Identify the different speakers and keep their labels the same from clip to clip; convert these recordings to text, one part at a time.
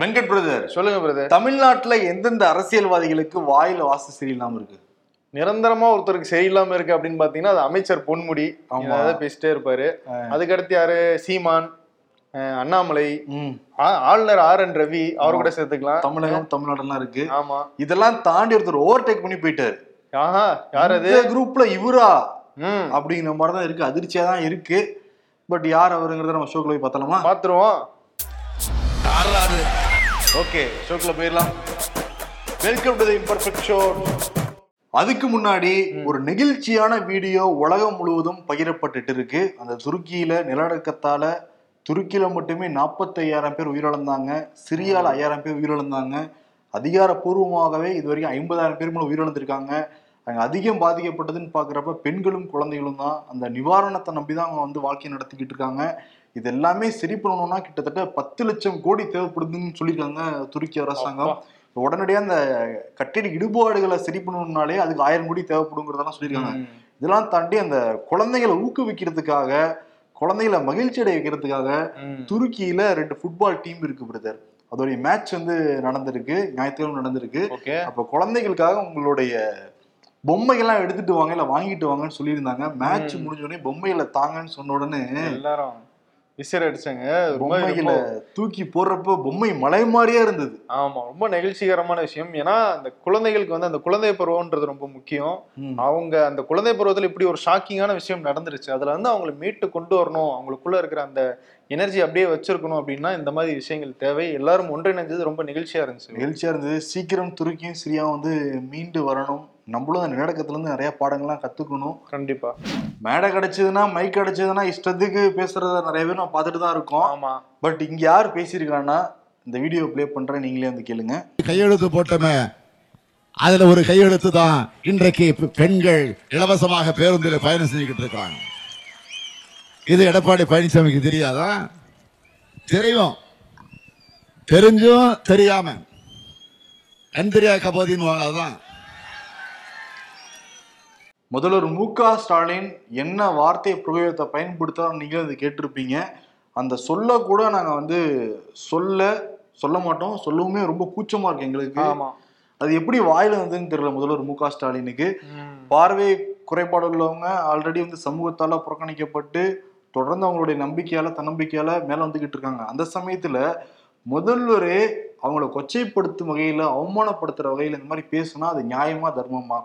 Speaker 1: Venkat brother
Speaker 2: சொல்லுங்க brother
Speaker 1: தமிழ்நாட்டுல எந்தெந்த அரசியல்வாதிகளுக்கு வாயில வாசு சரியில்லாம இருக்கு
Speaker 2: நிரந்தரமா ஒருத்தருக்கு சரியில்லாம இருக்கு அப்படின்னு பாத்தீங்கன்னா அது அமைச்சர் பொன்முடி
Speaker 1: ஆமா.
Speaker 2: அவங்க பேசிட்டே இருப்பாரு அதுக்கடுத்து யாரு சீமான் அஹ் அண்ணாமலை
Speaker 1: ம்.
Speaker 2: ஆ- ஆளுநர் ஆர் என் ரவி அவர் கூட சேர்த்துக்கலாம்
Speaker 1: தமிழகம் தமிழ்நாடுலாம் இருக்கு
Speaker 2: ஆமா
Speaker 1: இதெல்லாம் தாண்டி ஒருத்தர் ஓவர்டேக் பண்ணி போயிட்டாரு
Speaker 2: ஆஹா யார் அது
Speaker 1: இந்த குரூப்ல இவரா
Speaker 2: ம்
Speaker 1: அப்படிங்கிற மாதிரி தான் இருக்கு அதிர்ச்சியா தான் இருக்கு பட் யார் அவருங்கிறத நம்ம ஷோக்குள்ள போய் பார்த்தலாமா
Speaker 2: பாத்துருவோம்
Speaker 1: ஓகே ஷோக்குள்ள போயிடலாம் welcome to the imperfect show அதுக்கு முன்னாடி ஒரு நெகிழ்ச்சியான வீடியோ உலகம் முழுவதும் பகிரப்பட்டுட்டு இருக்கு அந்த துருக்கியில நிலநடுக்கத்தால துருக்கியில மட்டுமே 45000 பேர் உயிரிழந்தாங்க சிரியால ஐயாயிரம் பேர் உயிரிழந்தாங்க அதிகாரப்பூர்வமாகவே இது வரைக்கும் ஐம்பதாயிரம் பேர் மேல உயிரிழந்திருக்காங்க அங்க அதிகம் பாதிக்கப்பட்டதுன்னு பார்க்குறப்ப பெண்களும் குழந்தைகளும் தான் அந்த நிவாரணத்தை நம்பி தான் அவங்க வந்து வாழ்க்கையை நடத்திக்கிட்டு இருக்காங்க இது எல்லாமே சரி பண்ணணும்னா கிட்டத்தட்ட பத்து லட்சம் கோடி தேவைப்படுதுன்னு சொல்லியிருக்காங்க துருக்கி அரசாங்கம் உடனடியாக அந்த கட்டிட இடுபாடுகளை சரி பண்ணணும்னாலே அதுக்கு ஆயிரம் கோடி தேவைப்படுங்கிறதெல்லாம் சொல்லியிருக்காங்க இதெல்லாம் தாண்டி அந்த குழந்தைகளை ஊக்குவிக்கிறதுக்காக குழந்தைகளை மகிழ்ச்சி அடைய வைக்கிறதுக்காக துருக்கியில ரெண்டு ஃபுட்பால் டீம் இருக்கு பிரதர் அதோடைய மேட்ச் வந்து நடந்திருக்கு ஞாயிற்றுக்கிழமை நடந்திருக்கு
Speaker 2: ஓகே
Speaker 1: அப்ப குழந்தைகளுக்காக உங்களுடைய பொம்மைகள்லாம் எடுத்துட்டு வாங்க இல்ல வாங்கிட்டு வாங்கன்னு சொல்லியிருந்தாங்க மேட்ச்
Speaker 2: ம்.
Speaker 1: முடிஞ்ச உடனே பொம்மைகளை தாங்கன்னு சொன்ன உடனே
Speaker 2: எல்லாரும் விசிற அடிச்சாங்க ரொம்ப
Speaker 1: பொம்மைகளை
Speaker 2: ரொம்ப-
Speaker 1: தூக்கி போடுறப்ப பொம்மை மலை மாதிரியே இருந்தது
Speaker 2: ஆமா ரொம்ப நெகிழ்ச்சிகரமான விஷயம் ஏன்னா அந்த குழந்தைகளுக்கு வந்து அந்த குழந்தை பருவம்ன்றது ரொம்ப முக்கியம்
Speaker 1: ம்.
Speaker 2: அவங்க அந்த குழந்தை பருவத்துல இப்படி ஒரு ஷாக்கிங்கான விஷயம் நடந்துருச்சு அதுல வந்து அவங்கள மீட்டு கொண்டு வரணும் அவங்களுக்குள்ள இருக்கிற அந்த எனர்ஜி அப்படியே வச்சிருக்கணும் அப்படின்னா இந்த மாதிரி விஷயங்கள் தேவை எல்லாரும் ஒன்றிணைஞ்சது ரொம்ப நெகிழ்ச்சியா இருந்துச்சு
Speaker 1: எழுச்சியா இருந்தது சீக்கிரம் துருக்கியும் சிரியாவும் வந்து மீண்டு வரணும் நம்மளும் அந்த நிலநடுக்கத்துல இருந்து நிறைய பாடங்கள்லாம் கத்துக்கணும்
Speaker 2: கண்டிப்பா
Speaker 1: மேடை கிடைச்சதுன்னா மைக் கிடைச்சதுன்னா இஷ்டத்துக்கு பேசுறத நிறைய பேர் நம்ம பார்த்துட்டு தான் இருக்கோம்
Speaker 2: ஆமா
Speaker 1: பட் இங்க யார் பேசியிருக்காங்கன்னா இந்த வீடியோ ப்ளே பண்றேன் நீங்களே வந்து கேளுங்க
Speaker 3: கையெழுத்து போட்டோமே அதுல ஒரு கையெழுத்து தான் இன்றைக்கு பெ- பெண்கள் இலவசமாக பேருந்தில் பயணம் செஞ்சுக்கிட்டு இருக்காங்க இது எடப்பாடி பழனிசாமிக்கு தெரியாதா தெரியும் தெரிஞ்சும் தெரியாம கண் தெரியா கபோதின்னு வாழாதான்
Speaker 1: முதல்வர் மு க ஸ்டாலின் என்ன வார்த்தை பிரயோகத்தை பயன்படுத்தாலும் நீங்களும் அது கேட்டிருப்பீங்க அந்த சொல்ல கூட நாங்கள் வந்து சொல்ல சொல்ல மாட்டோம் சொல்லவுமே ரொம்ப கூச்சமா இருக்கு எங்களுக்கு
Speaker 2: ஆமா
Speaker 1: அது எப்படி வாயில வந்ததுன்னு தெரியல முதல்வர் மு க ஸ்டாலினுக்கு
Speaker 2: ம்.
Speaker 1: பார்வை குறைபாடு உள்ளவங்க ஆல்ரெடி வந்து சமூகத்தால புறக்கணிக்கப்பட்டு தொடர்ந்து அவங்களுடைய நம்பிக்கையால தன்னம்பிக்கையால மேல வந்துகிட்டு இருக்காங்க அந்த சமயத்துல முதல்வரே அவங்கள கொச்சைப்படுத்தும் வகையில அவமானப்படுத்துற வகையில இந்த மாதிரி பேசுனா அது நியாயமா தர்மமா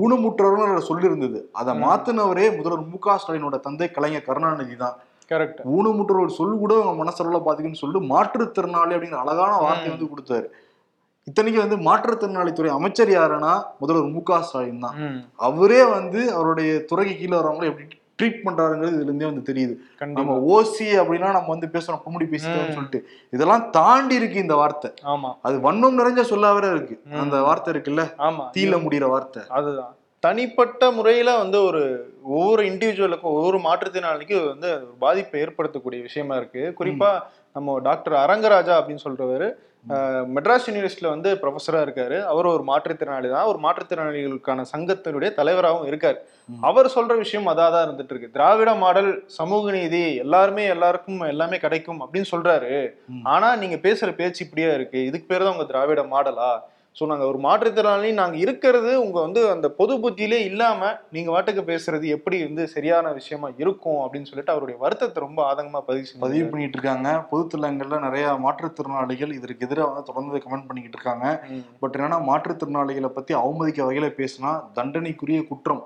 Speaker 1: ஊனமுற்றவர்கள் சொல்லியிருந்தது அதை
Speaker 2: ம்.
Speaker 1: மாத்தினவரே முதல்வர் மு க ஸ்டாலினோட தந்தை கலைஞர் கருணாநிதி தான்
Speaker 2: கரெக்ட்
Speaker 1: ஊனமுற்றோர் ஒரு சொல் கூட அவங்க மனசளவுல பாத்தீங்கன்னு சொல்லிட்டு மாற்றுத்திறனாளி அப்படிங்கிற அழகான வார்த்தை
Speaker 2: ம்.
Speaker 1: வந்து கொடுத்தாரு இத்தனைக்கு வந்து மாற்றுத்திறனாளி துறை அமைச்சர் யாருன்னா முதல்வர் மு க ஸ்டாலின் தான் அவரே வந்து அவருடைய துறைக்கு கீழே வரவங்களை எப்படி ட்ரீட் பண்றாருங்கிறது இதுல இருந்தே வந்து தெரியுது நம்ம
Speaker 2: கண்டிப்பா
Speaker 1: ஓசி அப்படின்னா நம்ம வந்து பேசுறோம் பொம்முடி பேசிட்டோம்னு
Speaker 2: ம்.
Speaker 1: சொல்லிட்டு இதெல்லாம் தாண்டி இருக்கு இந்த வார்த்தை
Speaker 2: ஆமா
Speaker 1: அது வன்மம் நிறைஞ்ச சொல்லாவே இருக்கு
Speaker 2: ம்.
Speaker 1: அந்த வார்த்தை இருக்குல்ல
Speaker 2: ஆமா
Speaker 1: தீல முடியிற வார்த்தை
Speaker 2: அதுதான் தனிப்பட்ட முறையில வந்து ஒரு ஒவ்வொரு இண்டிவிஜுவலுக்கும் ஒவ்வொரு மாற்றுத்திறனாளிக்கும் இது வந்து ஒரு பாதிப்பை ஏற்படுத்தக்கூடிய விஷயமா இருக்கு குறிப்பா நம்ம டாக்டர் அரங்கராஜா அப்படின்னு சொல்றவர் அஹ், மெட்ராஸ் யூனிவர்சிட்டியில வந்து ப்ரொஃபஸரா இருக்காரு அவர் ஒரு மாற்றுத்திறனாளி தான் ஒரு மாற்றுத்திறனாளிகளுக்கான சங்கத்தினுடைய தலைவராகவும் இருக்காரு
Speaker 1: ம்.
Speaker 2: அவர் சொல்ற விஷயம் அதாக தான் இருந்துட்டு இருக்கு திராவிட மாடல் சமூக நீதி எல்லாருமே எல்லாருக்கும் எல்லாமே கிடைக்கும் அப்படின்னு சொல்றாரு
Speaker 1: ம்.
Speaker 2: ஆனா நீங்க பேசுற பேச்சு இப்படியே இருக்கு இதுக்கு பேர் தான் உங்க திராவிட மாடலா ஸோ நாங்கள் ஒரு மாற்றுத்திறனாளி நாங்கள் இருக்கிறது உங்கள் வந்து அந்த பொது புத்தியிலே இல்லாமல் நீங்கள் வாட்டுக்கு பேசுறது எப்படி வந்து சரியான விஷயமா இருக்கும் அப்படின்னு சொல்லிட்டு அவருடைய வருத்தத்தை ரொம்ப ஆதங்கமாக பதிவு
Speaker 1: பதிவு
Speaker 2: செஞ்சு
Speaker 1: பண்ணிட்டு இருக்காங்க பொதுத்தலங்கள்ல நிறைய மாற்றுத்திறனாளிகள் இதற்கு எதிராக வந்து தொடர்ந்து கமெண்ட் பண்ணிக்கிட்டு இருக்காங்க பட் என்னன்னா மாற்றுத்திறனாளிகளை பத்தி அவமதிக்க வகையில பேசினா தண்டனைக்குரிய குற்றம்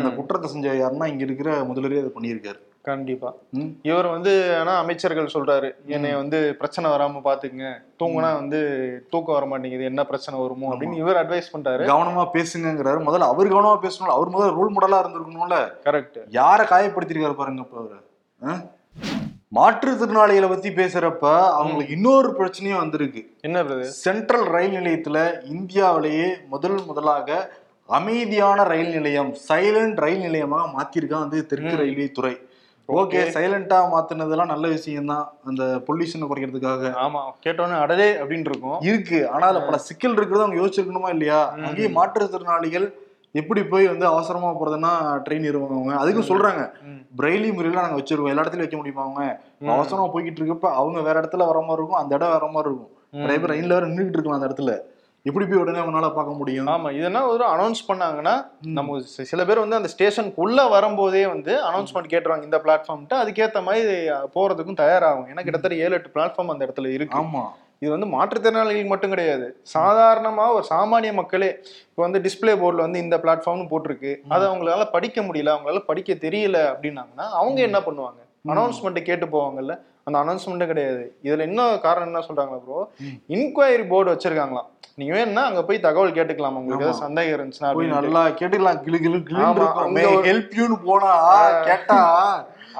Speaker 1: அந்த குற்றத்தை செஞ்ச யாருன்னா இங்க இருக்கிற முதல்வரே அதை பண்ணியிருக்காரு
Speaker 2: கண்டிப்பா
Speaker 1: ம்.
Speaker 2: இவர் வந்து ஆனா அமைச்சர்கள் சொல்றாரு என்னைய வந்து பிரச்சனை வராம பாத்துக்குங்க தூங்குனா வந்து தூக்கம் வர மாட்டேங்குது என்ன பிரச்சனை வருமோ அப்படின்னு இவர் அட்வைஸ் பண்றாரு
Speaker 1: கவனமா பேசுங்கிறாரு முதல்ல அவர் கவனமா பேசணும்ல அவர் முதல்ல ரோல் மாடலா இருந்திருக்கணும்ல
Speaker 2: கரெக்ட்
Speaker 1: யாரை காயப்படுத்திருக்காரு பாருங்க இப்ப அவரு ஆ? மாற்றுத்திறனாளிகளை பத்தி பேசுறப்ப அவங்களுக்கு இன்னொரு பிரச்சனையும் வந்திருக்கு
Speaker 2: என்ன பிரதர்
Speaker 1: சென்ட்ரல் ரயில் நிலையத்துல இந்தியாவிலேயே முதல் முதலாக அமைதியான ரயில் நிலையம் சைலண்ட் ரயில் நிலையமாக மாத்திருக்கான் வந்து தெற்கு
Speaker 2: ம்.
Speaker 1: ரயில்வே துறை ஓகே சைலண்டா மாத்தினதெல்லாம் நல்ல விஷயம்தான் அந்த பொல்யூஷனை குறைக்கிறதுக்காக
Speaker 2: ஆமா கேட்டோன்னே அடலே அப்படின்னு இருக்கும்
Speaker 1: இருக்கு ஆனா அதுல பல சிக்கல் இருக்கிறத அவங்க யோசிச்சிருக்கணுமா இல்லையா
Speaker 2: ம்.
Speaker 1: அங்கேயே மாற்றுத்திறனாளிகள் எப்படி போய் வந்து அவசரமா போறதுன்னா ட்ரெயின் இருவாங்க அவங்க அதுக்கும்
Speaker 2: ம்.
Speaker 1: சொல்றாங்க
Speaker 2: ம்.
Speaker 1: பிரெய்லி முறையில நாங்க வச்சிருக்கோம் எல்லா இடத்துலயும் வைக்க முடியுமா அவங்க
Speaker 2: ம்.
Speaker 1: அவசரமா போய்கிட்டு இருக்கப்ப அவங்க வேற இடத்துல வர மாதிரி இருக்கும் அந்த இடம் வேற மாதிரி இருக்கும் நிறைய பேர் ரயில்ல வேற நின்றுட்டு இருக்கலாம் அந்த இடத்துல எப்படி போய் உடனே அவனால பார்க்க முடியும்
Speaker 2: ஆமா இதெல்லாம் ஒரு அனௌன்ஸ் பண்ணாங்கன்னா நம்ம சி- சில பேர் வந்து அந்த ஸ்டேஷனுக்குள்ள வரும்போதே வந்து அனௌன்ஸ்மெண்ட் கேட்டுருவாங்க இந்த பிளாட்ஃபார்ம்ட்டு அதுக்கேத்த மாதிரி போறதுக்கும் தயாராகும் ஏன்னா கிட்டத்தட்ட ஏழு எட்டு பிளாட்ஃபார்ம் அந்த இடத்துல இருக்கு
Speaker 1: ஆமா
Speaker 2: இது வந்து மாற்றுத்திறனாளிகள் மட்டும் கிடையாது சாதாரணமா ஒரு சாமானிய மக்களே இப்போ வந்து டிஸ்ப்ளே போர்டில் வந்து இந்த பிளாட்ஃபார்ம்னு போட்டிருக்கு அதை அவங்களால படிக்க முடியல அவங்களால படிக்க தெரியல அப்படின்னாங்கன்னா அவங்க என்ன பண்ணுவாங்க அனௌன்ஸ்மெண்ட் கேட்டு போவாங்கல்ல அந்த அனௌன்ஸ்மெண்ட்டும் கிடையாது இதுல என்ன காரணம் என்ன சொல்றாங்களா ப்ரோ இன்கொயரி போர்டு வச்சிருக்காங்களாம் நீங்க வேணும்னா அங்க போய் தகவல் கேட்டுக்கலாம் உங்களுக்கு ஏதாவது சந்தேகம் இருந்துச்சுன்னா
Speaker 1: போய்
Speaker 2: அப்படின்ட்டு.
Speaker 1: நல்லா கேட்டுக்கலாம் கிளு கிளு
Speaker 2: ஆமா,
Speaker 1: கிளு
Speaker 2: அங்க ஒரு-
Speaker 1: ஹெல்ப் யூன்னு போனா கேட்டா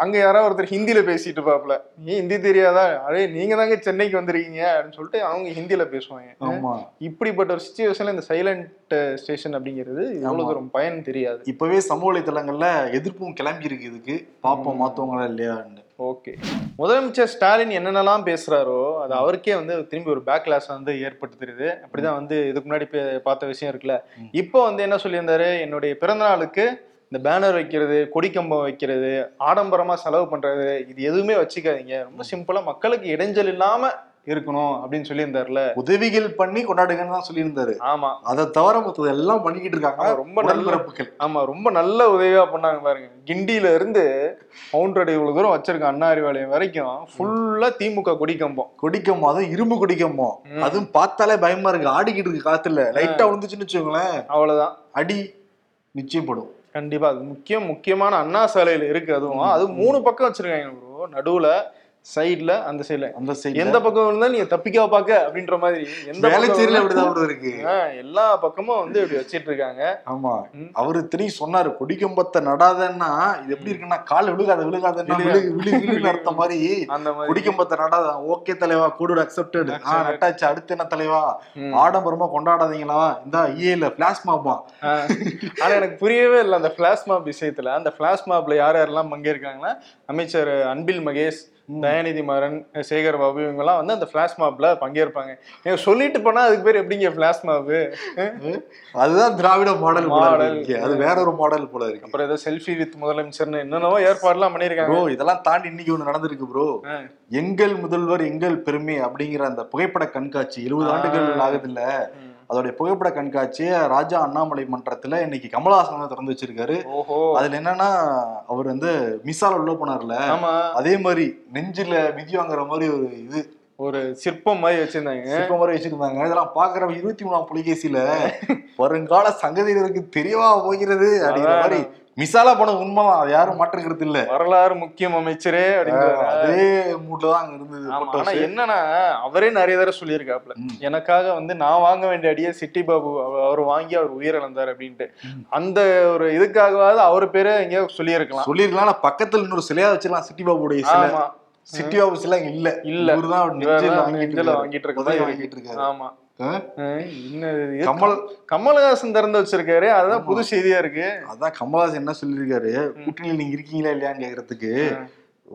Speaker 2: அங்க யாராவது ஒருத்தர் ஹிந்தியில பேசிட்டு இருப்பாப்ல நீ ஹிந்தி தெரியாதா அடே நீங்க தாங்க சென்னைக்கு வந்திருக்கீங்க அப்படின்னு சொல்லிட்டு அவங்க ஹிந்தியில பேசுவாங்க
Speaker 1: ஆமா
Speaker 2: இப்படிப்பட்ட ஒரு சுச்சுவேஷன்ல இந்த சைலண்ட் ஸ்டேஷன் அப்படிங்கிறது
Speaker 1: ஆமா.
Speaker 2: எவ்வளவு தூரம் பயன் தெரியாது
Speaker 1: இப்பவே சமூக வலைத்தளங்கள்ல எதிர்ப்பும் கிளம்பி இருக்கு இதுக்கு பாப்போம் மாத்துவாங்களா இல்லையான்னு
Speaker 2: ஓகே முதலமைச்சர் ஸ்டாலின் என்னென்னலாம் பேசுறாரோ அது அவருக்கே வந்து திரும்பி ஒரு பேக்லாஸ் வந்து ஏற்பட்டு தெரியுது அப்படிதான் வந்து இதுக்கு முன்னாடி பே- பார்த்த விஷயம் இருக்குல்ல
Speaker 1: ம்.
Speaker 2: இப்போ வந்து என்ன சொல்லியிருந்தாரு என்னுடைய பிறந்த நாளுக்கு இந்த பேனர் வைக்கிறது கொடிக்கம்பம் வைக்கிறது ஆடம்பரமா செலவு பண்றது இது எதுவுமே வச்சுக்காதீங்க ரொம்ப சிம்பிளா மக்களுக்கு இடைஞ்சல் இல்லாம இருக்கணும் அப்படின்னு சொல்லியிருந்தாருல
Speaker 1: உதவிகள் பண்ணி கொண்டாடுங்கன்னு தான் சொல்லியிருந்தாரு
Speaker 2: ஆமா
Speaker 1: அதை தவிர மத்தது எல்லாம் பண்ணிக்கிட்டு இருக்காங்க
Speaker 2: ஆமா, ரொம்ப நல்ல-
Speaker 1: நல்லிறப்புகள்
Speaker 2: ஆமா ரொம்ப நல்ல உதவியா பண்ணாங்க பாருங்க கிண்டியில இருந்து பவுண்டரடி இவ்வளவு தூரம் வச்சிருக்கான் அண்ணா அறிவாலயம் வரைக்கும் ஃபுல்லா திமுக கொடிக்கம்பம்
Speaker 1: குடிக்கமோ அதுவும் இரும்பு குடிக்கமோ
Speaker 2: ம்.
Speaker 1: அதுவும் பார்த்தாலே பயமா இருக்கு ஆடிக்கிட்டு இருக்கு காத்துல லைட்டா விழுந்துச்சுன்னு வச்சுக்கோங்களேன்
Speaker 2: அவ்வளவுதான்
Speaker 1: அடி நிச்சயப்படும்
Speaker 2: கண்டிப்பா அது முக்கியம் முக்கியமான அண்ணா சாலையில இருக்கு அதுவும் அது மூணு பக்கம் வச்சிருக்காங்க ப்ரோ நடுவுல சைடுல அந்த சைடுல
Speaker 1: அந்த சைடு
Speaker 2: எந்த பக்கம் இருந்தாலும் நீங்க தப்பிக்கா பாக்க அப்படின்ற மாதிரி எந்த
Speaker 1: வேலை
Speaker 2: பக்கம்
Speaker 1: சீரில்
Speaker 2: இருந்தாலும்
Speaker 1: அப்படிதான் ஒரு இருக்கு
Speaker 2: ஆ, எல்லா பக்கமும் வந்து இப்படி வச்சிட்டு இருக்காங்க
Speaker 1: ஆமா
Speaker 2: ம்.
Speaker 1: அவரு திரும்பி சொன்னாரு கொடிக்கம்பத்தை நடாதன்னா இது எப்படி இருக்குன்னா கால் விழுகாத விழுகாதன்னா
Speaker 2: விழுகாது.
Speaker 1: விழு விழு விழுன்னு அர்த்த மாதிரி
Speaker 2: அந்த மாதிரி
Speaker 1: குடிக்கம்பத்தை நடாத ஓகே தலைவா கூட அக்செப்டட் ஆ
Speaker 2: Accepted.
Speaker 1: நட்டாச்சு அடுத்து என்ன தலைவா
Speaker 2: ம்.
Speaker 1: ஆடம்பரமா கொண்டாடாதீங்களா E இந்த ஏல பிளாஸ்மாபா
Speaker 2: ஆ. ஆனா எனக்கு புரியவே இல்லை அந்த பிளாஸ்மாப் விஷயத்துல அந்த பிளாஸ்மாப்ல யார் யாரெல்லாம் பங்கேற்காங்கன்னா அமைச்சர் அன்பில் மகேஷ் தயாநிதி மாறன் சேகர் பாபு இவங்கெல்லாம் வந்து அந்த பிளாஸ்மாப்ல பங்கேற்பாங்க நீங்க சொல்லிட்டு போனா அதுக்கு பேர் எப்படிங்க பிளாஸ்மாப்
Speaker 1: அதுதான் திராவிட மாடல் போல
Speaker 2: மாடல்.
Speaker 1: இருக்கு அது வேற ஒரு மாடல் போல இருக்கு
Speaker 2: அப்புறம் ஏதோ செல்ஃபி வித் முதலமைச்சர்னு என்னென்னவோ ஏற்பாடுலாம் பண்ணியிருக்காங்க
Speaker 1: ப்ரோ இதெல்லாம் தாண்டி இன்னைக்கு ஒண்ணு நடந்திருக்கு ப்ரோ
Speaker 2: ஆ.
Speaker 1: எங்கள் முதல்வர் எங்கள் பெருமை அப்படிங்கிற அந்த புகைப்பட கண்காட்சி எழுபது
Speaker 2: ஆ.
Speaker 1: ஆண்டுகள் ஆகுது இல்ல
Speaker 2: ம்.
Speaker 1: அதோடைய புகைப்பட கண்காட்சியை ராஜா அண்ணாமலை மன்றத்துல இன்னைக்கு கமலஹாசன் தான் திறந்து வச்சிருக்காரு
Speaker 2: ஓஹோ
Speaker 1: அதுல என்னன்னா அவர் வந்து மிசால உள்ள போனார்ல
Speaker 2: ஆமா
Speaker 1: அதே மாதிரி நெஞ்சில மிதி வாங்குற மாதிரி ஒரு இது
Speaker 2: ஒரு சிற்பம் மாதிரி வச்சிருந்தாங்க
Speaker 1: சிற்ப மாதிரி வச்சிருந்தாங்க இதெல்லாம் பாக்குறவங்க இருபத்தி மூணாம் புலிகேசியில வருங்கால சங்கதியினருக்கு தெரியவா போகிறது அப்படிங்கிற மாதிரி மிசாலா போனது உண்மைதான் அது யாரும் மாற்றுக்கிறது இல்ல
Speaker 2: வரலாறு முக்கியம் அமைச்சரே அப்படிங்கிற
Speaker 1: அதே மூட்ல தான் அங்க இருந்தது
Speaker 2: ஆமா, ஆனா
Speaker 1: photos.
Speaker 2: என்னன்னா அவரே நிறைய தடவை சொல்லியிருக்காப்ல
Speaker 1: ம்.
Speaker 2: எனக்காக வந்து நான் வாங்க வேண்டிய அடியே சிட்டி பாபு அவ- அவர் வாங்கி அவர் உயிரிழந்தார் அப்படின்ட்டு அந்த ஒரு இதுக்காகவாவது அவர் பேரு எங்கேயோ சொல்லியிருக்கலாம்
Speaker 1: சொல்லிருக்கலாம் ஆனா பக்கத்துல இன்னொரு சிலையா வச்சிடலாம் சிட்டி பாபுடைய சிலை
Speaker 2: ஆமா
Speaker 1: சிட்டி பாபு சிலை அங்க இல்ல
Speaker 2: இல்ல.
Speaker 1: இவர்தான் அவர் நெஞ்சில
Speaker 2: இவர்தான்
Speaker 1: வாங்கிட்டு
Speaker 2: நெஞ்சில
Speaker 1: இருக்காரு.
Speaker 2: வாங்கிட்டு இருக்க
Speaker 1: உதவி
Speaker 2: மாதிரி
Speaker 1: வாங்கிட்டு இருக்காரு
Speaker 2: ஆமா
Speaker 1: ஆ?
Speaker 2: அஹ் இன்னும் இது-
Speaker 1: கமல்
Speaker 2: கமலஹாசன் திறந்து வச்சிருக்காரு அதுதான் புது செய்தியா இருக்கு
Speaker 1: அதான் கமலஹாசன் என்ன சொல்லியிருக்காரு கூட்டணியில நீங்க இருக்கீங்களா இல்லையான்னு கேக்குறதுக்கு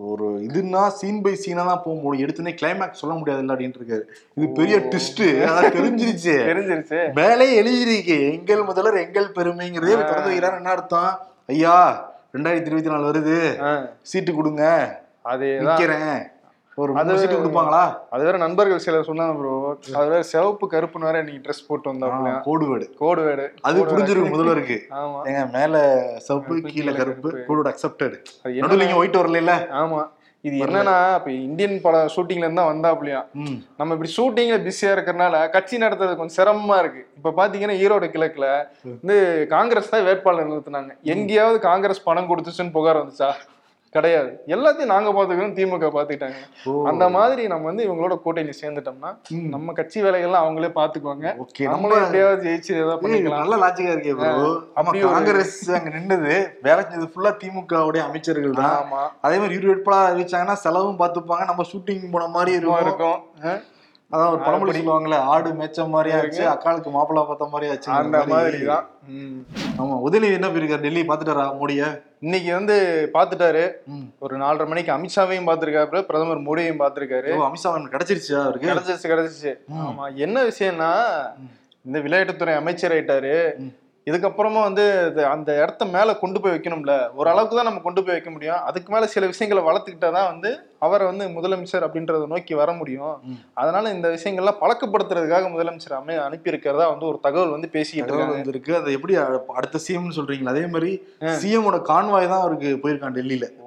Speaker 1: ஒரு இதுன்னா சீன் பை சீனா தான் போக முடியும் எடுத்தனே கிளைமேக்ஸ் சொல்ல முடியாது இல்ல அப்படின்ட்டு இருக்காரு இது பெரிய ட்விஸ்ட் அதான் தெரிஞ்சிருச்சு
Speaker 2: தெரிஞ்சிருச்சு
Speaker 1: மேலே எழுதிருக்கு எங்கள் முதல்வர் எங்கள் பெருமைங்கிறதே இவர் திறந்து வைக்கிறாரு என்ன அர்த்தம் ஐயா ரெண்டாயிரத்தி இருபத்தி நாலு வருது
Speaker 2: அஹ்
Speaker 1: சீட்டு கொடுங்க
Speaker 2: அதேதான்
Speaker 1: நிக்கிறேன் ஒரு
Speaker 2: அது-
Speaker 1: மூணு சீட்டு கொடுப்பாங்களா
Speaker 2: அது வேற நண்பர்கள் சிலர் சொன்னாங்க ப்ரோ அது வேற சிவப்பு கருப்புன்னு வேற நீங்க ட்ரெஸ் போட்டு வந்தாங்க
Speaker 1: ஆ, கோடுவேடு
Speaker 2: கோடு வேடு
Speaker 1: அது
Speaker 2: கோடு
Speaker 1: புரிஞ்சிருக்கு
Speaker 2: வேற.
Speaker 1: முதல்வருக்கு
Speaker 2: ஆமா
Speaker 1: ஏங்க மேல சப்பு
Speaker 2: கருப்பு,
Speaker 1: கீழே
Speaker 2: கீழே
Speaker 1: கருப்பு
Speaker 2: கருப்பு.
Speaker 1: கோடுவேடு அக்செப்டட்
Speaker 2: அது
Speaker 1: நடுவில்
Speaker 2: என்ன
Speaker 1: நீங்க ஒயிட் வரல
Speaker 2: ஆமா இது என்னன்னா இப்ப இந்தியன் படம் ஷூட்டிங்ல இருந்தா வந்தாப்லையா
Speaker 1: ம்
Speaker 2: நம்ம இப்படி ஷூட்டிங்ல பிஸியா இருக்கறனால கட்சி நடத்துறது கொஞ்சம் சிரமமா இருக்கு இப்ப பாத்தீங்கன்னா ஈரோடு கிழக்குல வந்து காங்கிரஸ் தான் வேட்பாளர் நிறுத்துனாங்க எங்கேயாவது காங்கிரஸ் பணம் கொடுத்துச்சுன்னு புகார் வந்துச்சா கிடையாது எல்லாத்தையும் நாங்க பாத்துக்கிறோம் திமுக பாத்துக்கிட்டாங்க
Speaker 1: ஓ.
Speaker 2: அந்த மாதிரி நம்ம வந்து இவங்களோட கூட்டணி சேர்ந்துட்டோம்னா
Speaker 1: ம்.
Speaker 2: நம்ம கட்சி வேலைகள்லாம் அவங்களே பாத்துக்குவாங்க
Speaker 1: ஓகே நம்ம
Speaker 2: நம்மளும் எப்படியாவது ஜெயிச்சு ஏதாவது
Speaker 1: ஏய்,
Speaker 2: பண்ணிக்கலாம்
Speaker 1: நல்ல லாஜிக்கா இருக்கே ப்ரோ ஆமா
Speaker 2: அப்படி ஒரு-
Speaker 1: காங்கிரஸ் அங்க நின்னது வேலை செஞ்சது ஃபுல்லா திமுக உடைய அமைச்சர்கள் தான்
Speaker 2: ஆமா
Speaker 1: அதே மாதிரி இரு வேட்பாளர் அறிவிச்சாங்கன்னா செலவும் பார்த்துப்பாங்க நம்ம ஷூட்டிங் போன மாதிரி இருக்கும்
Speaker 2: இருக்கும் அஹ்,
Speaker 1: அதான் ஒரு பழமொழி
Speaker 2: அப்படி.
Speaker 1: சொல்லுவாங்கல்ல ஆடு மேய்ச்ச மாதிரியா ஆச்சு அக்காளுக்கு மாப்பிள்ளை பார்த்த மாதிரி ஆச்சு
Speaker 2: அந்த மாதிரி தான் ம்.
Speaker 1: ஆமா உதயநிதி என்ன போயிருக்காரு டெல்லி பாத்துட்டாரா மோடிய
Speaker 2: இன்னைக்கு வந்து பாத்துட்டாரு
Speaker 1: ம்.
Speaker 2: ஒரு நாலரை மணிக்கு அமித்ஷாவையும் பார்த்திருக்காரு பிரதமர் மோடியையும் பார்த்திருக்காரு
Speaker 1: ஓ, அமித்ஷா அவனுக்கு கிடைச்சிருச்சா அவருக்கு
Speaker 2: கிடைச்சிச்சு கிடைச்சிச்சு ஆமா என்ன விஷயம்னா இந்த விளையாட்டுத்துறை அமைச்சர் ஆயிட்டாரு இதுக்கப்புறமா வந்து இது அந்த இடத்த மேல கொண்டு போய் வைக்கணும்ல ஓரளவுக்கு தான் நம்ம கொண்டு போய் வைக்க முடியும் அதுக்கு மேல சில விஷயங்களை வளர்த்துக்கிட்டா தான் வந்து அவரை வந்து முதலமைச்சர் அப்படின்றத நோக்கி வர முடியும்
Speaker 1: ம்.
Speaker 2: அதனால இந்த விஷயங்கள்லாம் பழக்கப்படுத்துறதுக்காக முதலமைச்சர் அமை அனுப்பி இருக்கிறதா வந்து ஒரு தகவல் வந்து பேசிக்கிட்டு
Speaker 1: தகவல்
Speaker 2: இருக்காங்க
Speaker 1: வந்திருக்கு அது எப்படி அ- அடுத்த சிஎம்னு சொல்றீங்களா அதே மாதிரி சிஎமோட கான்வாய் தான் அவருக்கு போயிருக்கான் டெல்லியில
Speaker 2: ஓ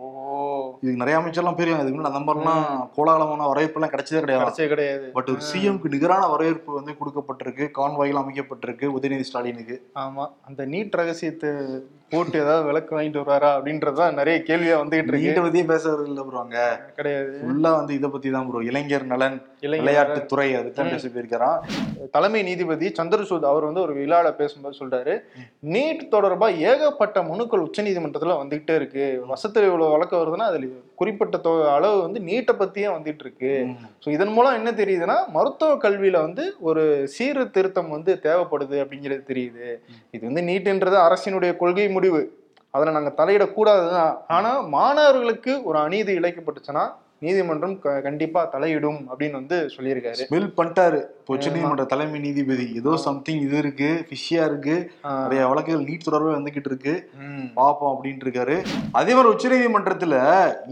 Speaker 1: இதுக்கு நிறைய அமைச்சர்லாம் போயிருக்காங்க இதுக்கு முன்னாடி அந்த மாதிரிலாம் கோலாகலமான வரவேற்பெல்லாம் கிடைச்சதே கிடையாது
Speaker 2: கிடைச்சே கிடையாது
Speaker 1: பட் ஒரு சிஎம்க்கு நிகரான வரவேற்பு வந்து கொடுக்கப்பட்டிருக்கு கான்வாய்கள் அமைக்கப்பட்டிருக்கு உதயநிதி ஸ்டாலினுக்கு
Speaker 2: ஆமா அந்த நீட் ரகசியத்தை போட்டு ஏதாவது விளக்கு வாங்கிட்டு வர்றாரா அப்படின்றதுதான் நிறைய கேள்வியா வந்துகிட்டு இருக்கு
Speaker 1: நீட்டை பத்தியே பேசுறது இல்ல ப்ரோ அங்க
Speaker 2: கிடையாது
Speaker 1: ஃபுல்லா வந்து இதை பத்தி தான் ப்ரோ இளைஞர் நலன்
Speaker 2: இளைஞர்
Speaker 1: விளையாட்டுத்துறை அதுதான் பேசி போயிருக்கிறான்
Speaker 2: தலைமை நீதிபதி சந்திரசூட் அவர் வந்து ஒரு விழால பேசும்போது சொல்றாரு நீட் தொடர்பா ஏகப்பட்ட மனுக்கள் உச்சநீதிமன்றத்துல வந்துகிட்டே இருக்கு வருஷத்துல இவ்வளவு வழக்கு வருதுன்னா அதுல குறிப்பிட்ட தொ- அளவு வந்து நீட்டை பத்தியே வந்துட்டு இருக்கு ஸோ இதன் மூலம் என்ன தெரியுதுன்னா மருத்துவ கல்வியில வந்து ஒரு சீர்திருத்தம் வந்து தேவைப்படுது அப்படிங்கிறது தெரியுது இது வந்து நீட்டுன்றது அரசினுடைய கொள்கை முடிவு அதில் நாங்கள் தலையிடக்கூடாது தான் ஆனால் மாணவர்களுக்கு ஒரு அநீதி இழைக்கப்பட்டுச்சுன்னா நீதிமன்றம் க கண்டிப்பாக தலையிடும் அப்படின்னு வந்து சொல்லியிருக்காரு
Speaker 1: ஸ்மெல் பண்ணிட்டாரு இப்போ உச்சநீதிமன்ற தலைமை நீதிபதி ஏதோ சம்திங் இது இருக்கு ஃபிஷ்ஷியா இருக்கு
Speaker 2: ஆஹ்
Speaker 1: நிறைய வழக்குகள் நீட் தொடர்பாக வந்துகிட்டு இருக்கு
Speaker 2: ம்.
Speaker 1: பாப்போம் அப்படின்ட்டு இருக்காரு அதே மாதிரி உச்சநீதிமன்றத்துல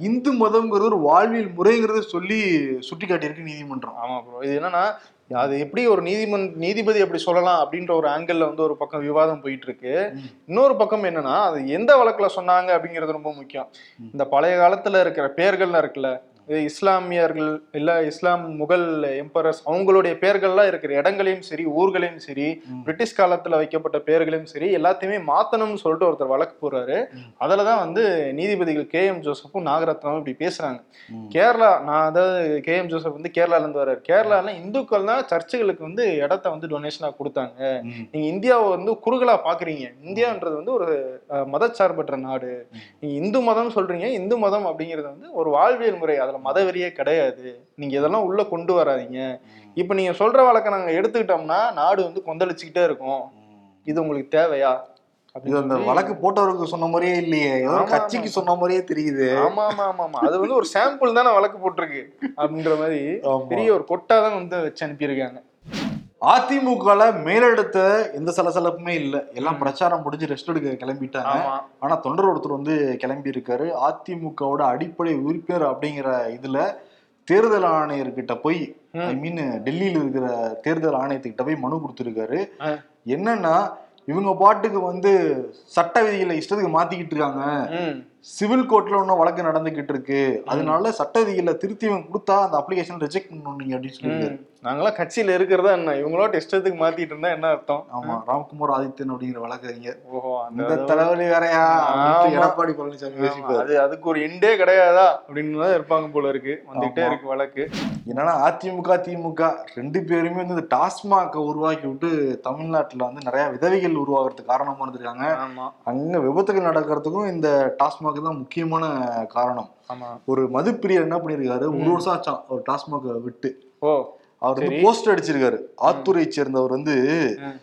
Speaker 1: இந்து மதம்ங்கிறது ஒரு வாழ்வியல் முறைங்கிறத சொல்லி சுட்டி காட்டியிருக்கு நீதிமன்றம்
Speaker 2: ஆமா ப்ரோ இது என்னன்னா அது எப்படி ஒரு நீதிமன் நீதிபதி அப்படி சொல்லலாம் அப்படின்ற ஒரு ஆங்கிள் வந்து ஒரு பக்கம் விவாதம் போயிட்டு இருக்கு
Speaker 1: ம்.
Speaker 2: இன்னொரு பக்கம் என்னன்னா அது எந்த வழக்குல சொன்னாங்க அப்படிங்கிறது ரொம்ப முக்கியம் இந்த பழைய காலத்துல இருக்கிற பெயர்கள்லாம் இருக்குல்ல இது இஸ்லாமியர்கள் இல்ல இஸ்லாம் முகல் எம்பரர்ஸ் அவங்களுடைய பெயர்கள்லாம் இருக்கிற இடங்களையும் சரி ஊர்களையும் சரி
Speaker 1: ம்.
Speaker 2: பிரிட்டிஷ் காலத்துல வைக்கப்பட்ட பெயர்களையும் சரி எல்லாத்தையுமே மாத்தணும்னு சொல்லிட்டு ஒருத்தர் வழக்கு போறாரு
Speaker 1: ம்.
Speaker 2: அதுலதான் வந்து நீதிபதிகள் கே எம் ஜோசப்பும் நாகரத்னாவும் இப்படி பேசுறாங்க
Speaker 1: ம்.
Speaker 2: கேரளா நான் அதாவது கே எம் ஜோசப் வந்து கேரளால இருந்து வர்றாரு கேரளால இந்துக்கள் தான் சர்ச்சுகளுக்கு வந்து இடத்த வந்து டொனேஷனா கொடுத்தாங்க
Speaker 1: ம்.
Speaker 2: நீங்க இந்தியாவை வந்து குறுகலா பாக்குறீங்க இந்தியான்றது வந்து ஒரு அஹ், மதச்சார்பற்ற நாடு நீங்க இந்து மதம் சொல்றீங்க இந்து மதம் அப்படிங்கிறது வந்து ஒரு வாழ்வியல் முறை அதுல மதவெறியே கிடையாது நீங்க இதெல்லாம் உள்ள கொண்டு வராதீங்க இப்ப நீங்க சொல்ற வழக்க நாங்க எடுத்துக்கிட்டோம்னா நாடு வந்து கொந்தளிச்சுக்கிட்டே இருக்கும் இது உங்களுக்கு தேவையா
Speaker 1: இது அந்த
Speaker 2: சொல்லி-
Speaker 1: வழக்கு போட்டவருக்கு சொன்ன மாதிரியே இல்லையே ஏதோ
Speaker 2: ஆமா,
Speaker 1: கட்சிக்கு சொன்ன மாதிரியே தெரியுது
Speaker 2: ஆமா ஆமா ஆமா ஆமா அது வந்து ஒரு சாம்பிள் தானே வழக்கு போட்டிருக்கு அப்படின்ற மாதிரி
Speaker 1: ஆமா.
Speaker 2: பெரிய ஒரு கொட்டா தான் வந்து வச்சு அனுப்பியிருக்காங்க
Speaker 1: அதிமுகல மேலெடுத்த எந்த சலசலப்புமே இல்ல எல்லாம் பிரச்சாரம் முடிஞ்சு ரெஸ்ட் எடுக்க கிளம்பிட்டாங்க
Speaker 2: ஆமா
Speaker 1: ஆனா தொண்டர் ஒருத்தர் வந்து கிளம்பி இருக்காரு அதிமுகவோட அடிப்படை உறுப்பினர் அப்படிங்கிற இதுல தேர்தல் ஆணையர்கிட்ட போய்
Speaker 2: ம்.
Speaker 1: ஐ மீன் டெல்லியில இருக்கிற தேர்தல் ஆணையத்துக்கிட்ட போய் மனு கொடுத்துருக்காரு
Speaker 2: ஆ.
Speaker 1: என்னன்னா இவங்க பாட்டுக்கு வந்து சட்ட விதிகளை இஷ்டத்துக்கு மாத்திக்கிட்டு இருக்காங்க
Speaker 2: ம்
Speaker 1: சிவில் கோர்ட்ல இன்னும் வழக்கு நடந்துகிட்டு இருக்கு அதனால சட்ட விதிகளை திருத்தி இவங்க கொடுத்தா அந்த அப்ளிகேஷன் ரிஜெக்ட் பண்ணணும் நீங்க அப்படின்னு சொல்லியிருக்காரு
Speaker 2: ம். நாங்கெல்லாம் கட்சியில இருக்கிறதா என்ன இவங்களோட இஷ்டத்துக்கு மாத்திட்டு இருந்தா என்ன அர்த்தம்
Speaker 1: ஆமா ராம்குமார் ஆதித்யன் அப்படிங்கிற வழக்கறிஞர்
Speaker 2: ஓஹோ அந்த
Speaker 1: இந்த தலைவலி வேறையா அப்படின்ட்டு
Speaker 2: ஆமா.
Speaker 1: எடப்பாடி பழனிசாமி
Speaker 2: ஆமா,
Speaker 1: யோசிப்பாரு
Speaker 2: அது அதுக்கு ஒரு எண்டே கிடையாதா அப்படின்னு தான் இருப்பாங்க போல இருக்கு வந்துகிட்டே
Speaker 1: ஆமா.
Speaker 2: இருக்கு வழக்கு
Speaker 1: என்னன்னா அதிமுக திமுக ரெண்டு பேருமே வந்து இந்த டாஸ்மாகை உருவாக்கி விட்டு தமிழ்நாட்டுல வந்து நிறைய விதவைகள் உருவாகிறதுக்கு காரணமா இருந்திருக்காங்க
Speaker 2: ஆமா
Speaker 1: அங்க விபத்துகள் நடக்கிறதுக்கும் இந்த டாஸ்மாக் தான் முக்கியமான காரணம்
Speaker 2: ஆமா
Speaker 1: ஒரு மதுப்பிரியர் என்ன பண்ணியிருக்காரு ஒரு
Speaker 2: ம்.
Speaker 1: வருஷம் ஆச்சாம் ஒரு டாஸ்மாக விட்டு
Speaker 2: ஓ
Speaker 1: அவர் வந்து
Speaker 2: சரி.
Speaker 1: போஸ்ட் அடிச்சிருக்காரு ஆத்தூரை சேர்ந்தவர் வந்து
Speaker 2: ம்.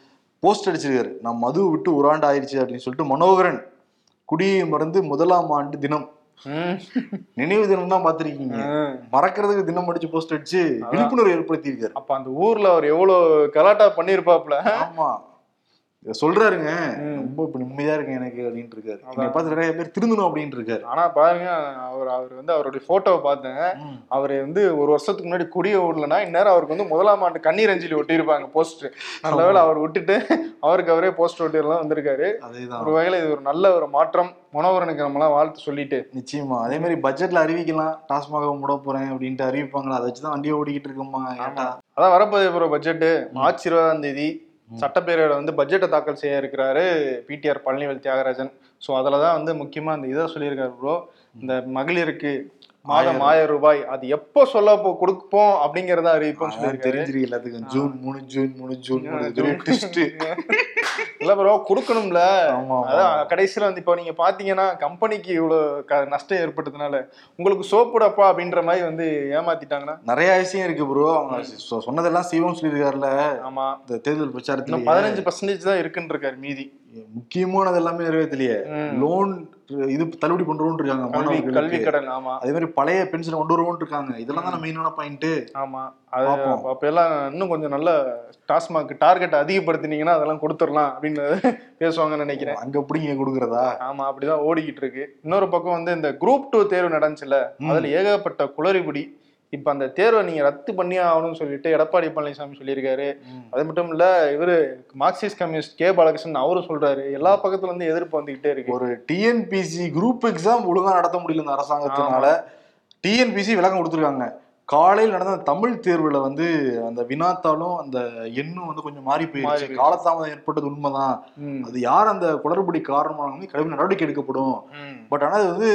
Speaker 1: போஸ்ட் அடிச்சிருக்காரு நான் மது விட்டு ஒரு ஆண்டு ஆயிடுச்சு அப்படின்னு சொல்லிட்டு மனோகரன் குடியை மறந்து முதலாம் ஆண்டு தினம்
Speaker 2: ம்.
Speaker 1: நினைவு தினம் தான் பார்த்திருக்கீங்க
Speaker 2: ம்.
Speaker 1: மறக்கிறதுக்கு தினம் அடிச்சு போஸ்ட் அடிச்சு
Speaker 2: அதான்.
Speaker 1: விழிப்புணர்வு ஏற்படுத்தி இருக்காரு
Speaker 2: அப்ப அந்த ஊர்ல அவர் எவ்வளவு கலாட்டா பண்ணிருப்பாப்ல
Speaker 1: ஆமா இத சொல்றாருங்க
Speaker 2: ம்.
Speaker 1: ரொம்ப இப்ப நிம்மதியா இருக்கு எனக்கு அப்படின்ட்டு இருக்காரு
Speaker 2: அதான்.
Speaker 1: என்னை பார்த்து நிறைய பேர் திருந்தணும் அப்படின்ட்டு இருக்காரு
Speaker 2: ஆனா பாருங்க அவர் அவர் வந்து அவருடைய போட்டோவை பார்த்தேன்
Speaker 1: ம்.
Speaker 2: அவர் வந்து ஒரு வருஷத்துக்கு முன்னாடி குடிய விடலன்னா இந்நேரம் அவருக்கு வந்து முதலாம் ஆண்டு கண்ணீர் அஞ்சலி ஒட்டியிருப்பாங்க போஸ்ட் நல்லவேளை அவர் விட்டுட்டு அவருக்கு அவரே போஸ்ட் ஒட்டியெல்லாம் வந்திருக்காரு
Speaker 1: அதேதான்
Speaker 2: ஒரு வகையில இது ஒரு நல்ல ஒரு மாற்றம் மனோகரனுக்கு நம்மளாம் வாழ்த்து சொல்லிட்டு
Speaker 1: நிச்சயமா அதே மாதிரி பட்ஜெட்ல அறிவிக்கலாம் டாஸ்மாக மூட போறேன் அப்படின்ட்டு அறிவிப்பாங்களா அதை வச்சுதான் வண்டியை ஓடிக்கிட்டு இருக்கோமா ஏன்டா
Speaker 2: அதான் வரப்போதே ப்ரோ பட்ஜெட்டு மார்ச் இருபதாம் தேதி சட்டப்பேரவையில வந்து பட்ஜெட்டை தாக்கல் செய்ய இருக்கிறாரு பிடிஆர் பழனிவேல் தியாகராஜன் ஸோ அதில் தான் வந்து முக்கியமா இந்த இதை சொல்லியிருக்காரு ப்ரோ இந்த மகளிருக்கு மாதம் ஆயிரம் ரூபாய் அது எப்போ சொல்ல போ கொடுப்போம் அப்படிங்கிறத அறிவிப்போம்
Speaker 1: அதான்
Speaker 2: சொல்லியிருக்காரு
Speaker 1: தெரிஞ்சிருக்கு எல்லாத்துக்கும் ஜூன் மூணு ஜூன் மூணு ஜூன் மூணு இது பெரிய twist.
Speaker 2: இல்ல ப்ரோ கொடுக்கணும்ல
Speaker 1: ஆமா, ஆமா.
Speaker 2: அதான் கடைசியில வந்து இப்போ நீங்க பாத்தீங்கன்னா கம்பெனிக்கு இவ்வளவு க- நஷ்டம் ஏற்பட்டதுனால உங்களுக்கு சோப்புடப்பா அப்படின்ற மாதிரி வந்து ஏமாத்திட்டாங்கன்னா
Speaker 1: நிறைய விஷயம் இருக்கு ப்ரோ அவங்க சொ- சொன்னதெல்லாம் சீவம் சொல்லியிருக்காருல
Speaker 2: ஆமா
Speaker 1: இந்த தேர்தல் பிரச்சாரத்துல
Speaker 2: இன்னும் பதினஞ்சு பர்சன்டேஜ் தான் இருக்குன்னு இருக்காரு மீதி
Speaker 1: முக்கியமானது எல்லாமே நிறைவேற்றலையே
Speaker 2: ம்.
Speaker 1: லோன் இது தள்ளுபடி பண்றோம்னு இருக்காங்க
Speaker 2: கல்வி கல்வி
Speaker 1: மாணவர்களுக்கு
Speaker 2: கடன் ஆமா
Speaker 1: அதே மாதிரி பழைய பென்ஷனை கொண்டு வருவோம்னு இருக்காங்க இதெல்லாம் தான் மெயினான பாயிண்ட்
Speaker 2: ஆமா அது
Speaker 1: பார்ப்போம்.
Speaker 2: அப்ப எல்லாம் இன்னும் கொஞ்சம் நல்ல டாஸ்மாக் டார்கெட் அதிகப்படுத்தினீங்கன்னா அதெல்லாம் கொடுத்துடலாம் அப்படின்னு பேசுவாங்கன்னு நினைக்கிறேன்
Speaker 1: அங்க பிடிங்க கொடுக்கறதா
Speaker 2: ஆமா அப்படிதான் ஓடிக்கிட்டு இருக்கு இன்னொரு பக்கம் வந்து இந்த குரூப் டூ தேர்வு நடந்துச்சுல
Speaker 1: ம்.
Speaker 2: அதுல ஏகப்பட்ட குளறுபடி இப்ப அந்த தேர்வை நீங்க ரத்து பண்ணியே ஆகணும்னு சொல்லிட்டு எடப்பாடி பழனிசாமி சொல்லியிருக்காரு
Speaker 1: ம்.
Speaker 2: அது மட்டும் இல்ல இவரு மார்க்சிஸ்ட் கம்யூனிஸ்ட் கே பாலகிருஷ்ணன் அவரும் சொல்றாரு எல்லா பக்கத்துல இருந்து எதிர்ப்பு வந்துகிட்டே இருக்கு
Speaker 1: ஒரு டிஎன்பிசி குரூப் எக்ஸாம் ஒழுங்கா நடத்த முடியல இந்த அரசாங்கத்தினால டிஎன்பிசி விளக்கம் கொடுத்துருக்காங்க காலையில் நடந்த அந்த தமிழ் தேர்வுல வந்து அந்த வினாத்தாலும் அந்த எண்ணும் வந்து கொஞ்சம் மாறி
Speaker 2: மாறி
Speaker 1: போயிருச்சு
Speaker 2: போயிருச்சு.
Speaker 1: காலதாமதம் ஏற்பட்டது உண்மைதான்
Speaker 2: ம்.
Speaker 1: அது யார் அந்த குளறுபடி காரணமானவங்க கடுமையான நடவடிக்கை எடுக்கப்படும்
Speaker 2: ம்.
Speaker 1: பட் ஆனால் அது வந்து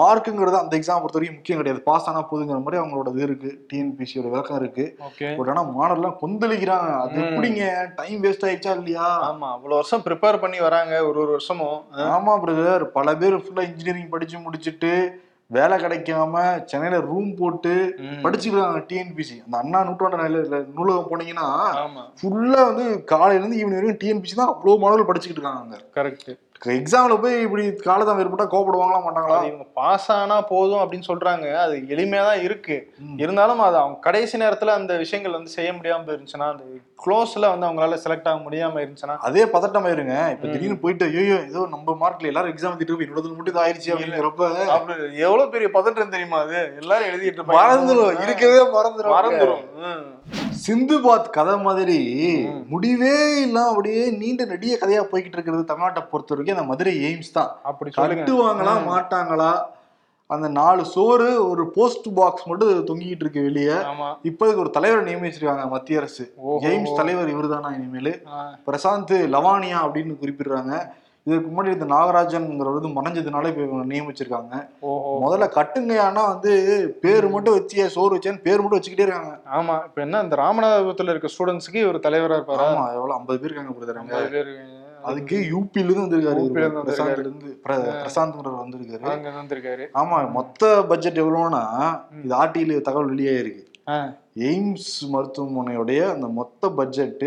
Speaker 1: மார்க்குங்கிறது அந்த எக்ஸாம் பொறுத்த வரைக்கும் முக்கியம் கிடையாது பாஸ் ஆனா போதுங்கிற மாதிரி அவங்களோட இது இருக்கு டிஎன்பிசியோட விளக்கம் இருக்கு
Speaker 2: ஓகே
Speaker 1: பட் ஆனால் மாணவர்லாம் கொந்தளிக்கிறாங்க அது
Speaker 2: ம்.
Speaker 1: எப்படிங்க டைம் வேஸ்ட் ஆயிடுச்சா இல்லையா
Speaker 2: ஆமா அவ்வளவு வருஷம் ப்ரிப்பேர் பண்ணி வராங்க ஒரு ஒரு வருஷமும்
Speaker 1: ஆமா பிரதர் பல பேர் ஃபுல்லா இன்ஜினியரிங் படிச்சு முடிச்சுட்டு வேலை கிடைக்காம சென்னையில ரூம் போட்டு
Speaker 2: ம்.
Speaker 1: படிச்சுக்கிறாங்க டிஎன்பிசி அந்த அண்ணா நூற்றாண்டு நிலையில இல்ல, நூலகம் போனீங்கன்னா
Speaker 2: ஆமா
Speaker 1: ஃபுல்லா வந்து காலையில இருந்து ஈவினிங் வரைக்கும் டிஎன்பிசி தான் அவ்வளவு மாணவர்கள் படிச்சுக்கிட்டு இருக்காங்க
Speaker 2: கரெக்ட்
Speaker 1: எக்ஸாம்ல போய் இப்படி காலதாமம் ஏற்பட்டா கோபப்படுவாங்களா மாட்டாங்களா
Speaker 2: இவங்க பாஸ் ஆனா போதும் அப்படின்னு சொல்றாங்க அது எளிமையா தான் இருக்கு
Speaker 1: ம்.
Speaker 2: இருந்தாலும் அது அவங்க கடைசி நேரத்துல அந்த விஷயங்கள் வந்து செய்ய முடியாம இருந்துச்சுன்னா அந்த க்ளோஸ்ல வந்து அவங்களால செலக்ட் ஆக முடியாம இருந்துச்சுன்னா
Speaker 1: அதே பதட்டம் ஆயிருங்க இப்ப
Speaker 2: ம்.
Speaker 1: திடீர்னு போயிட்டு ஐயோ ஏதோ நம்ம மார்க்ல எல்லாரும் எக்ஸாம் எழுதிட்டு போய் என்னோட மட்டும் இது ஆயிடுச்சு அப்படிங்கிறப்ப
Speaker 2: அப்படி எவ்வளவு பெரிய பதற்றம் தெரியுமா அது எல்லாரும் எழுதிட்டு இருப்பாங்க.
Speaker 1: மறந்துடும் இருக்கவே மறந்துடும்
Speaker 2: மறந்துரும் ம்.
Speaker 1: சிந்து பாத் கதை மாதிரி
Speaker 2: ம்.
Speaker 1: முடிவே இல்லாம அப்படியே நீண்ட நெடிய கதையா போய்கிட்டு இருக்கிறது தமிழ்நாட்டை பொறுத்த வரைக்கும் அந்த மதுரை எய்ம்ஸ் தான்
Speaker 2: அப்படி சொல்லுங்க
Speaker 1: கட்டுவாங்களா
Speaker 2: ம்.
Speaker 1: மாட்டாங்களா அந்த நாலு சோறு ஒரு போஸ்ட் பாக்ஸ் மட்டும் தொங்கிட்டு இருக்கு வெளியே
Speaker 2: ஆமா
Speaker 1: இப்போ இதுக்கு ஒரு தலைவரை நியமிச்சிருக்காங்க மத்திய அரசு
Speaker 2: ஓஹோ.
Speaker 1: எய்ம்ஸ் தலைவர் இவர்தானா இனிமேல்
Speaker 2: ஆ.
Speaker 1: பிரசாந்த் லவானியா அப்படின்னு குறிப்பிடுறாங்க இதற்கு முன்னாடி இந்த நாகராஜன்ங்கிறவர் வந்து மறைஞ்சதுனால இப்ப இவங்க நியமிச்சிருக்காங்க
Speaker 2: ஓஹோ
Speaker 1: முதல்ல கட்டுங்க ஆனா வந்து பேர் மட்டும் வச்சியே சோறு வச்சேன்னு பேர் மட்டும் வச்சுக்கிட்டே இருக்காங்க
Speaker 2: ஆமா இப்ப என்ன இந்த ராமநாதபுரத்துல இருக்க ஸ்டூடெண்ட்ஸ்க்கு இவர் தலைவரா இருப்பாரா
Speaker 1: ஆமா எவ்வளவு ஐம்பது பேர் இருக்காங்க பிரதர்
Speaker 2: ஐம்பது பேர் அதுக்கு
Speaker 1: அதுக்கு யூபில இருந்து வந்திருக்காரு
Speaker 2: UP
Speaker 1: இவரு.
Speaker 2: ல இருந்து
Speaker 1: பிரசாந்த்ல இருந்து பிர- பிரசாந்த்ங்கிறவர் வந்திருக்காரு
Speaker 2: அங்க வந்திருக்காரு
Speaker 1: ஆமா மொத்த பட்ஜெட் எவ்வளவுனா
Speaker 2: ம்.
Speaker 1: இது ஆர்டில தகவல் வெளியாயிருக்கு
Speaker 2: ஆ.
Speaker 1: எய்ம்ஸ் மருத்துவமனையுடைய அந்த மொத்த பட்ஜெட்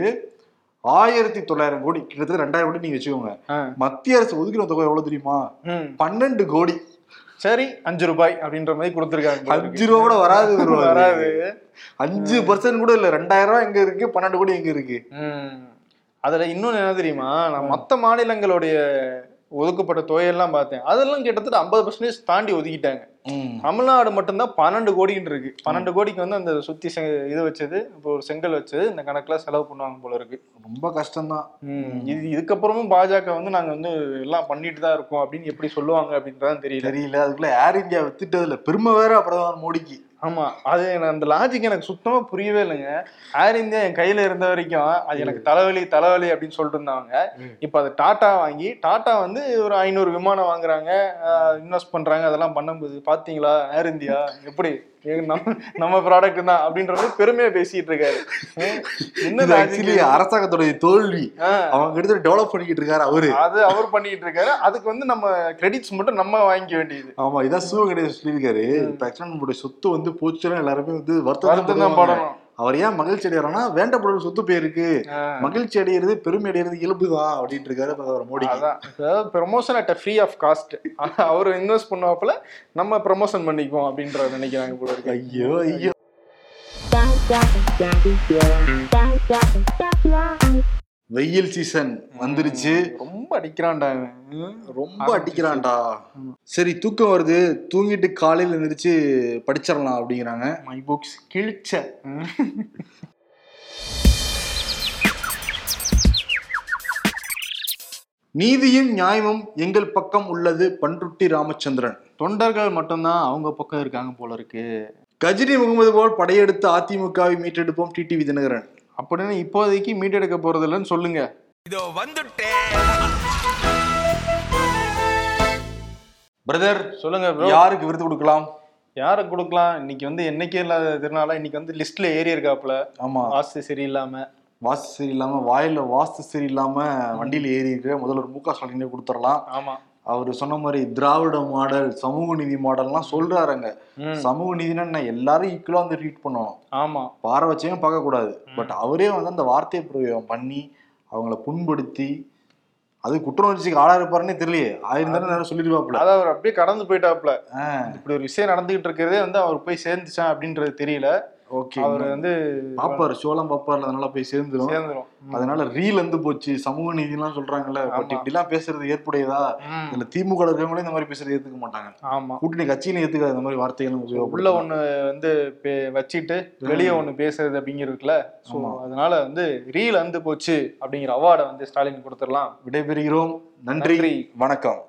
Speaker 1: ஆயிரத்தி தொள்ளாயிரம் கோடி கிட்டத்தட்ட ரெண்டாயிரம் கோடி நீங்க வச்சுக்கோங்க
Speaker 2: ஆ.
Speaker 1: மத்திய அரசு ஒதுக்கிற தொகை எவ்வளவு தெரியுமா
Speaker 2: ம்.
Speaker 1: பன்னெண்டு கோடி
Speaker 2: சரி அஞ்சு ரூபாய் அப்படின்ற மாதிரி கொடுத்திருக்காங்க போல இருக்கு.
Speaker 1: அஞ்சு ரூபா கூட வராது bro.
Speaker 2: வராது
Speaker 1: அஞ்சு பர்சன்ட் கூட இல்ல ரெண்டாயிரம் ரூபாய் எங்க இருக்கு பன்னெண்டு கோடி எங்க இருக்கு
Speaker 2: ம். அதுல இன்னொன்னு என்ன தெரியுமா நான் மத்த மாநிலங்களுடைய ஒதுக்கப்பட்ட தொகையெல்லாம் பார்த்தேன் அதெல்லாம் கிட்டத்தட்ட ஐம்பது பர்சன்டேஜ் தாண்டி ஒதுக்கிட்டாங்க தமிழ்நாடு மட்டும்தான் பன்னெண்டு கோடின்னு இருக்கு பன்னெண்டு கோடிக்கு வந்து அந்த சுத்தி செங்க- இது வச்சது இப்போ ஒரு செங்கல் வச்சது இந்த கணக்குல செலவு பண்ணுவாங்க போல இருக்கு
Speaker 1: ரொம்ப கஷ்டம்தான்
Speaker 2: ம். இது இதுக்கப்புறமும் பாஜக வந்து நாங்க வந்து எல்லாம் பண்ணிட்டு தான் இருக்கோம் அப்படின்னு எப்படி சொல்லுவாங்க அப்படின்றதான் தெரியல
Speaker 1: தெரியல அதுக்குள்ள ஏர் இந்தியா வித்துட்டதுல பெருமை வேற பிரதமர் மோடிக்கு
Speaker 2: ஆமா அது எனக்கு அந்த லாஜிக் எனக்கு சுத்தமா புரியவே இல்லைங்க ஏர் இந்தியா என் கையில இருந்த வரைக்கும் அது எனக்கு தலைவலி தலைவலி அப்படின்னு சொல்லிட்டு இருந்தாங்க
Speaker 1: ம்.
Speaker 2: இப்ப அது டாடா வாங்கி டாடா வந்து ஒரு ஐநூறு விமானம் வாங்குறாங்க இன்வெஸ்ட் பண்றாங்க அதெல்லாம் பண்ணும்போது பாத்தீங்களா ஏர் இந்தியா எப்படி ஏ, நம்ம- நம்ம ப்ராடக்ட் தான் அப்படின்றது பெருமையா பேசிட்டு இருக்காரு ம். என்ன
Speaker 1: இது
Speaker 2: logic
Speaker 1: ஆக்சுவலி
Speaker 2: இது?
Speaker 1: அரசாங்கத்துடைய தோல்வி
Speaker 2: ஆ.
Speaker 1: அவங்க எடுத்து டெவலப் பண்ணிக்கிட்டு இருக்காரு அவரு
Speaker 2: அது அவர் பண்ணிட்டு இருக்காரு அதுக்கு வந்து நம்ம கிரெடிட்ஸ் மட்டும் நம்ம வாங்கிக்க வேண்டியது
Speaker 1: ஆமா இதான் சிவ கணேசன் சொல்லியிருக்காரு இப்ப ஆக்சுவலா நம்மளுடைய சொத்து வந்து போச்சுன்னா எல்லாருமே வந்து
Speaker 2: வருத்தம் தான்
Speaker 1: வருத்தம்
Speaker 2: படணும்
Speaker 1: அவர் ஏன் மகிழ்ச்சி அடையறானா வேண்டப்படும் சொத்து போயிருக்கு மகிழ்ச்சி அடையிறது பெருமை அடையிறது இயல்புதான் அப்படின்ட்டு இருக்காரு பிரதமர் மோடி
Speaker 2: அதான் அதாவது promotion at free of cost அவர் இன்வெஸ்ட் பண்ணுவாப்புல நம்ம ப்ரமோஷன் பண்ணிக்குவோம் அப்படின்ற நினைக்கிறாங்க போல இருக்கு
Speaker 1: ஐயோ ஐயோ வெயில் சீசன் வந்துருச்சு
Speaker 2: ரொம்ப அடிக்கிறான்டாங்க
Speaker 1: ரொம்ப அடிக்கிறான்டா சரி தூக்கம் வருது தூங்கிட்டு காலையில எழுந்திரிச்சு படிச்சிடலாம் அப்படிங்கிறாங்க
Speaker 2: மை புக்ஸ் கிழிச்ச ம்.
Speaker 1: நீதியும் நியாயமும் எங்கள் பக்கம் உள்ளது பண்ருட்டி ராமச்சந்திரன்
Speaker 2: தொண்டர்கள் மட்டும்தான் அவங்க பக்கம் இருக்காங்க போல இருக்கு
Speaker 1: கஜினி முகமது போல் படையெடுத்து அதிமுகவை மீட்டெடுப்போம் டிடிவி தினகரன்
Speaker 2: அப்படின்னு இப்போதைக்கு மீட்டெடுக்க போறது இல்லைன்னு சொல்லுங்க
Speaker 1: பிரதர்
Speaker 2: சொல்லுங்க bro.
Speaker 1: யாருக்கு விருது கொடுக்கலாம்
Speaker 2: யாரை கொடுக்கலாம் இன்னைக்கு வந்து என்னைக்கே இல்லாத திருநாளா இன்னைக்கு வந்து லிஸ்ட்ல ஏறி இருக்காப்புல
Speaker 1: ஆமா
Speaker 2: ஆசை சரியில்லாம
Speaker 1: வாஸ்து சரி இல்லாம வாயில வாஸ்து சரி இல்லாம வண்டியில ஏறி இருக்கிற முதல்வர் மு க ஸ்டாலினே கொடுத்துடலாம்
Speaker 2: ஆமா
Speaker 1: அவர் சொன்ன மாதிரி திராவிட மாடல் சமூக நீதி மாடல்லாம் சொல்றாருங்க
Speaker 2: ம்.
Speaker 1: சமூக நீதினா என்ன எல்லாரும் ஈக்குவலா வந்து ட்ரீட் பண்ணணும்
Speaker 2: ஆமா
Speaker 1: பார வச்சையும் பார்க்கக்கூடாது பட் அவரே வந்து அந்த வார்த்தை பிரயோகம் பண்ணி அவங்கள புண்படுத்தி அது குற்றவுணர்ச்சிக்கு ஆளா இருப்பாருன்னே தெரியலையே ஆயிருந்தாலும் நேரம் சொல்லிடுவாப்புல
Speaker 2: அதாவது அவர் அப்படியே கடந்து போயிட்டாப்ல
Speaker 1: ஆ,
Speaker 2: இப்படி ஒரு விஷயம் நடந்துகிட்டு இருக்கிறதே வந்து அவர் போய் சேர்ந்துச்சா அப்படின்றது தெரியல
Speaker 1: ஓகே
Speaker 2: அவர் வந்து
Speaker 1: பாப்பாரு சோளம் பாப்பாரு அதனால போய் சேர்ந்துரும்
Speaker 2: சேர்ந்துரும்
Speaker 1: அதனால ரீல் வந்து போச்சு சமூக நீதிலாம் சொல்றாங்கல்ல பட்
Speaker 2: ஆமா.
Speaker 1: இப்படி எல்லாம் பேசுறது ஏற்புடையதா
Speaker 2: ம்.
Speaker 1: இதுல திமுக ல இருக்கிறவங்களே இந்த மாதிரி பேசுறது ஏத்துக்க மாட்டாங்க
Speaker 2: ஆமா
Speaker 1: கூட்டணி கட்சியில ஏத்துக்காத இந்த மாதிரி வார்த்தைகள்
Speaker 2: உள்ள ஒண்ணு வந்து பே- வச்சிட்டு வெளியே ஒண்ணு பேசுறது அப்படிங்கிறதுல சோ
Speaker 1: ஆமா.
Speaker 2: அதனால வந்து ரீல் வந்து போச்சு அப்படிங்கிற அவார்டை வந்து ஸ்டாலின் கொடுத்துடலாம்
Speaker 1: விடைபெறுகிறோம் நன்றி
Speaker 2: நன்றி.
Speaker 1: வணக்கம்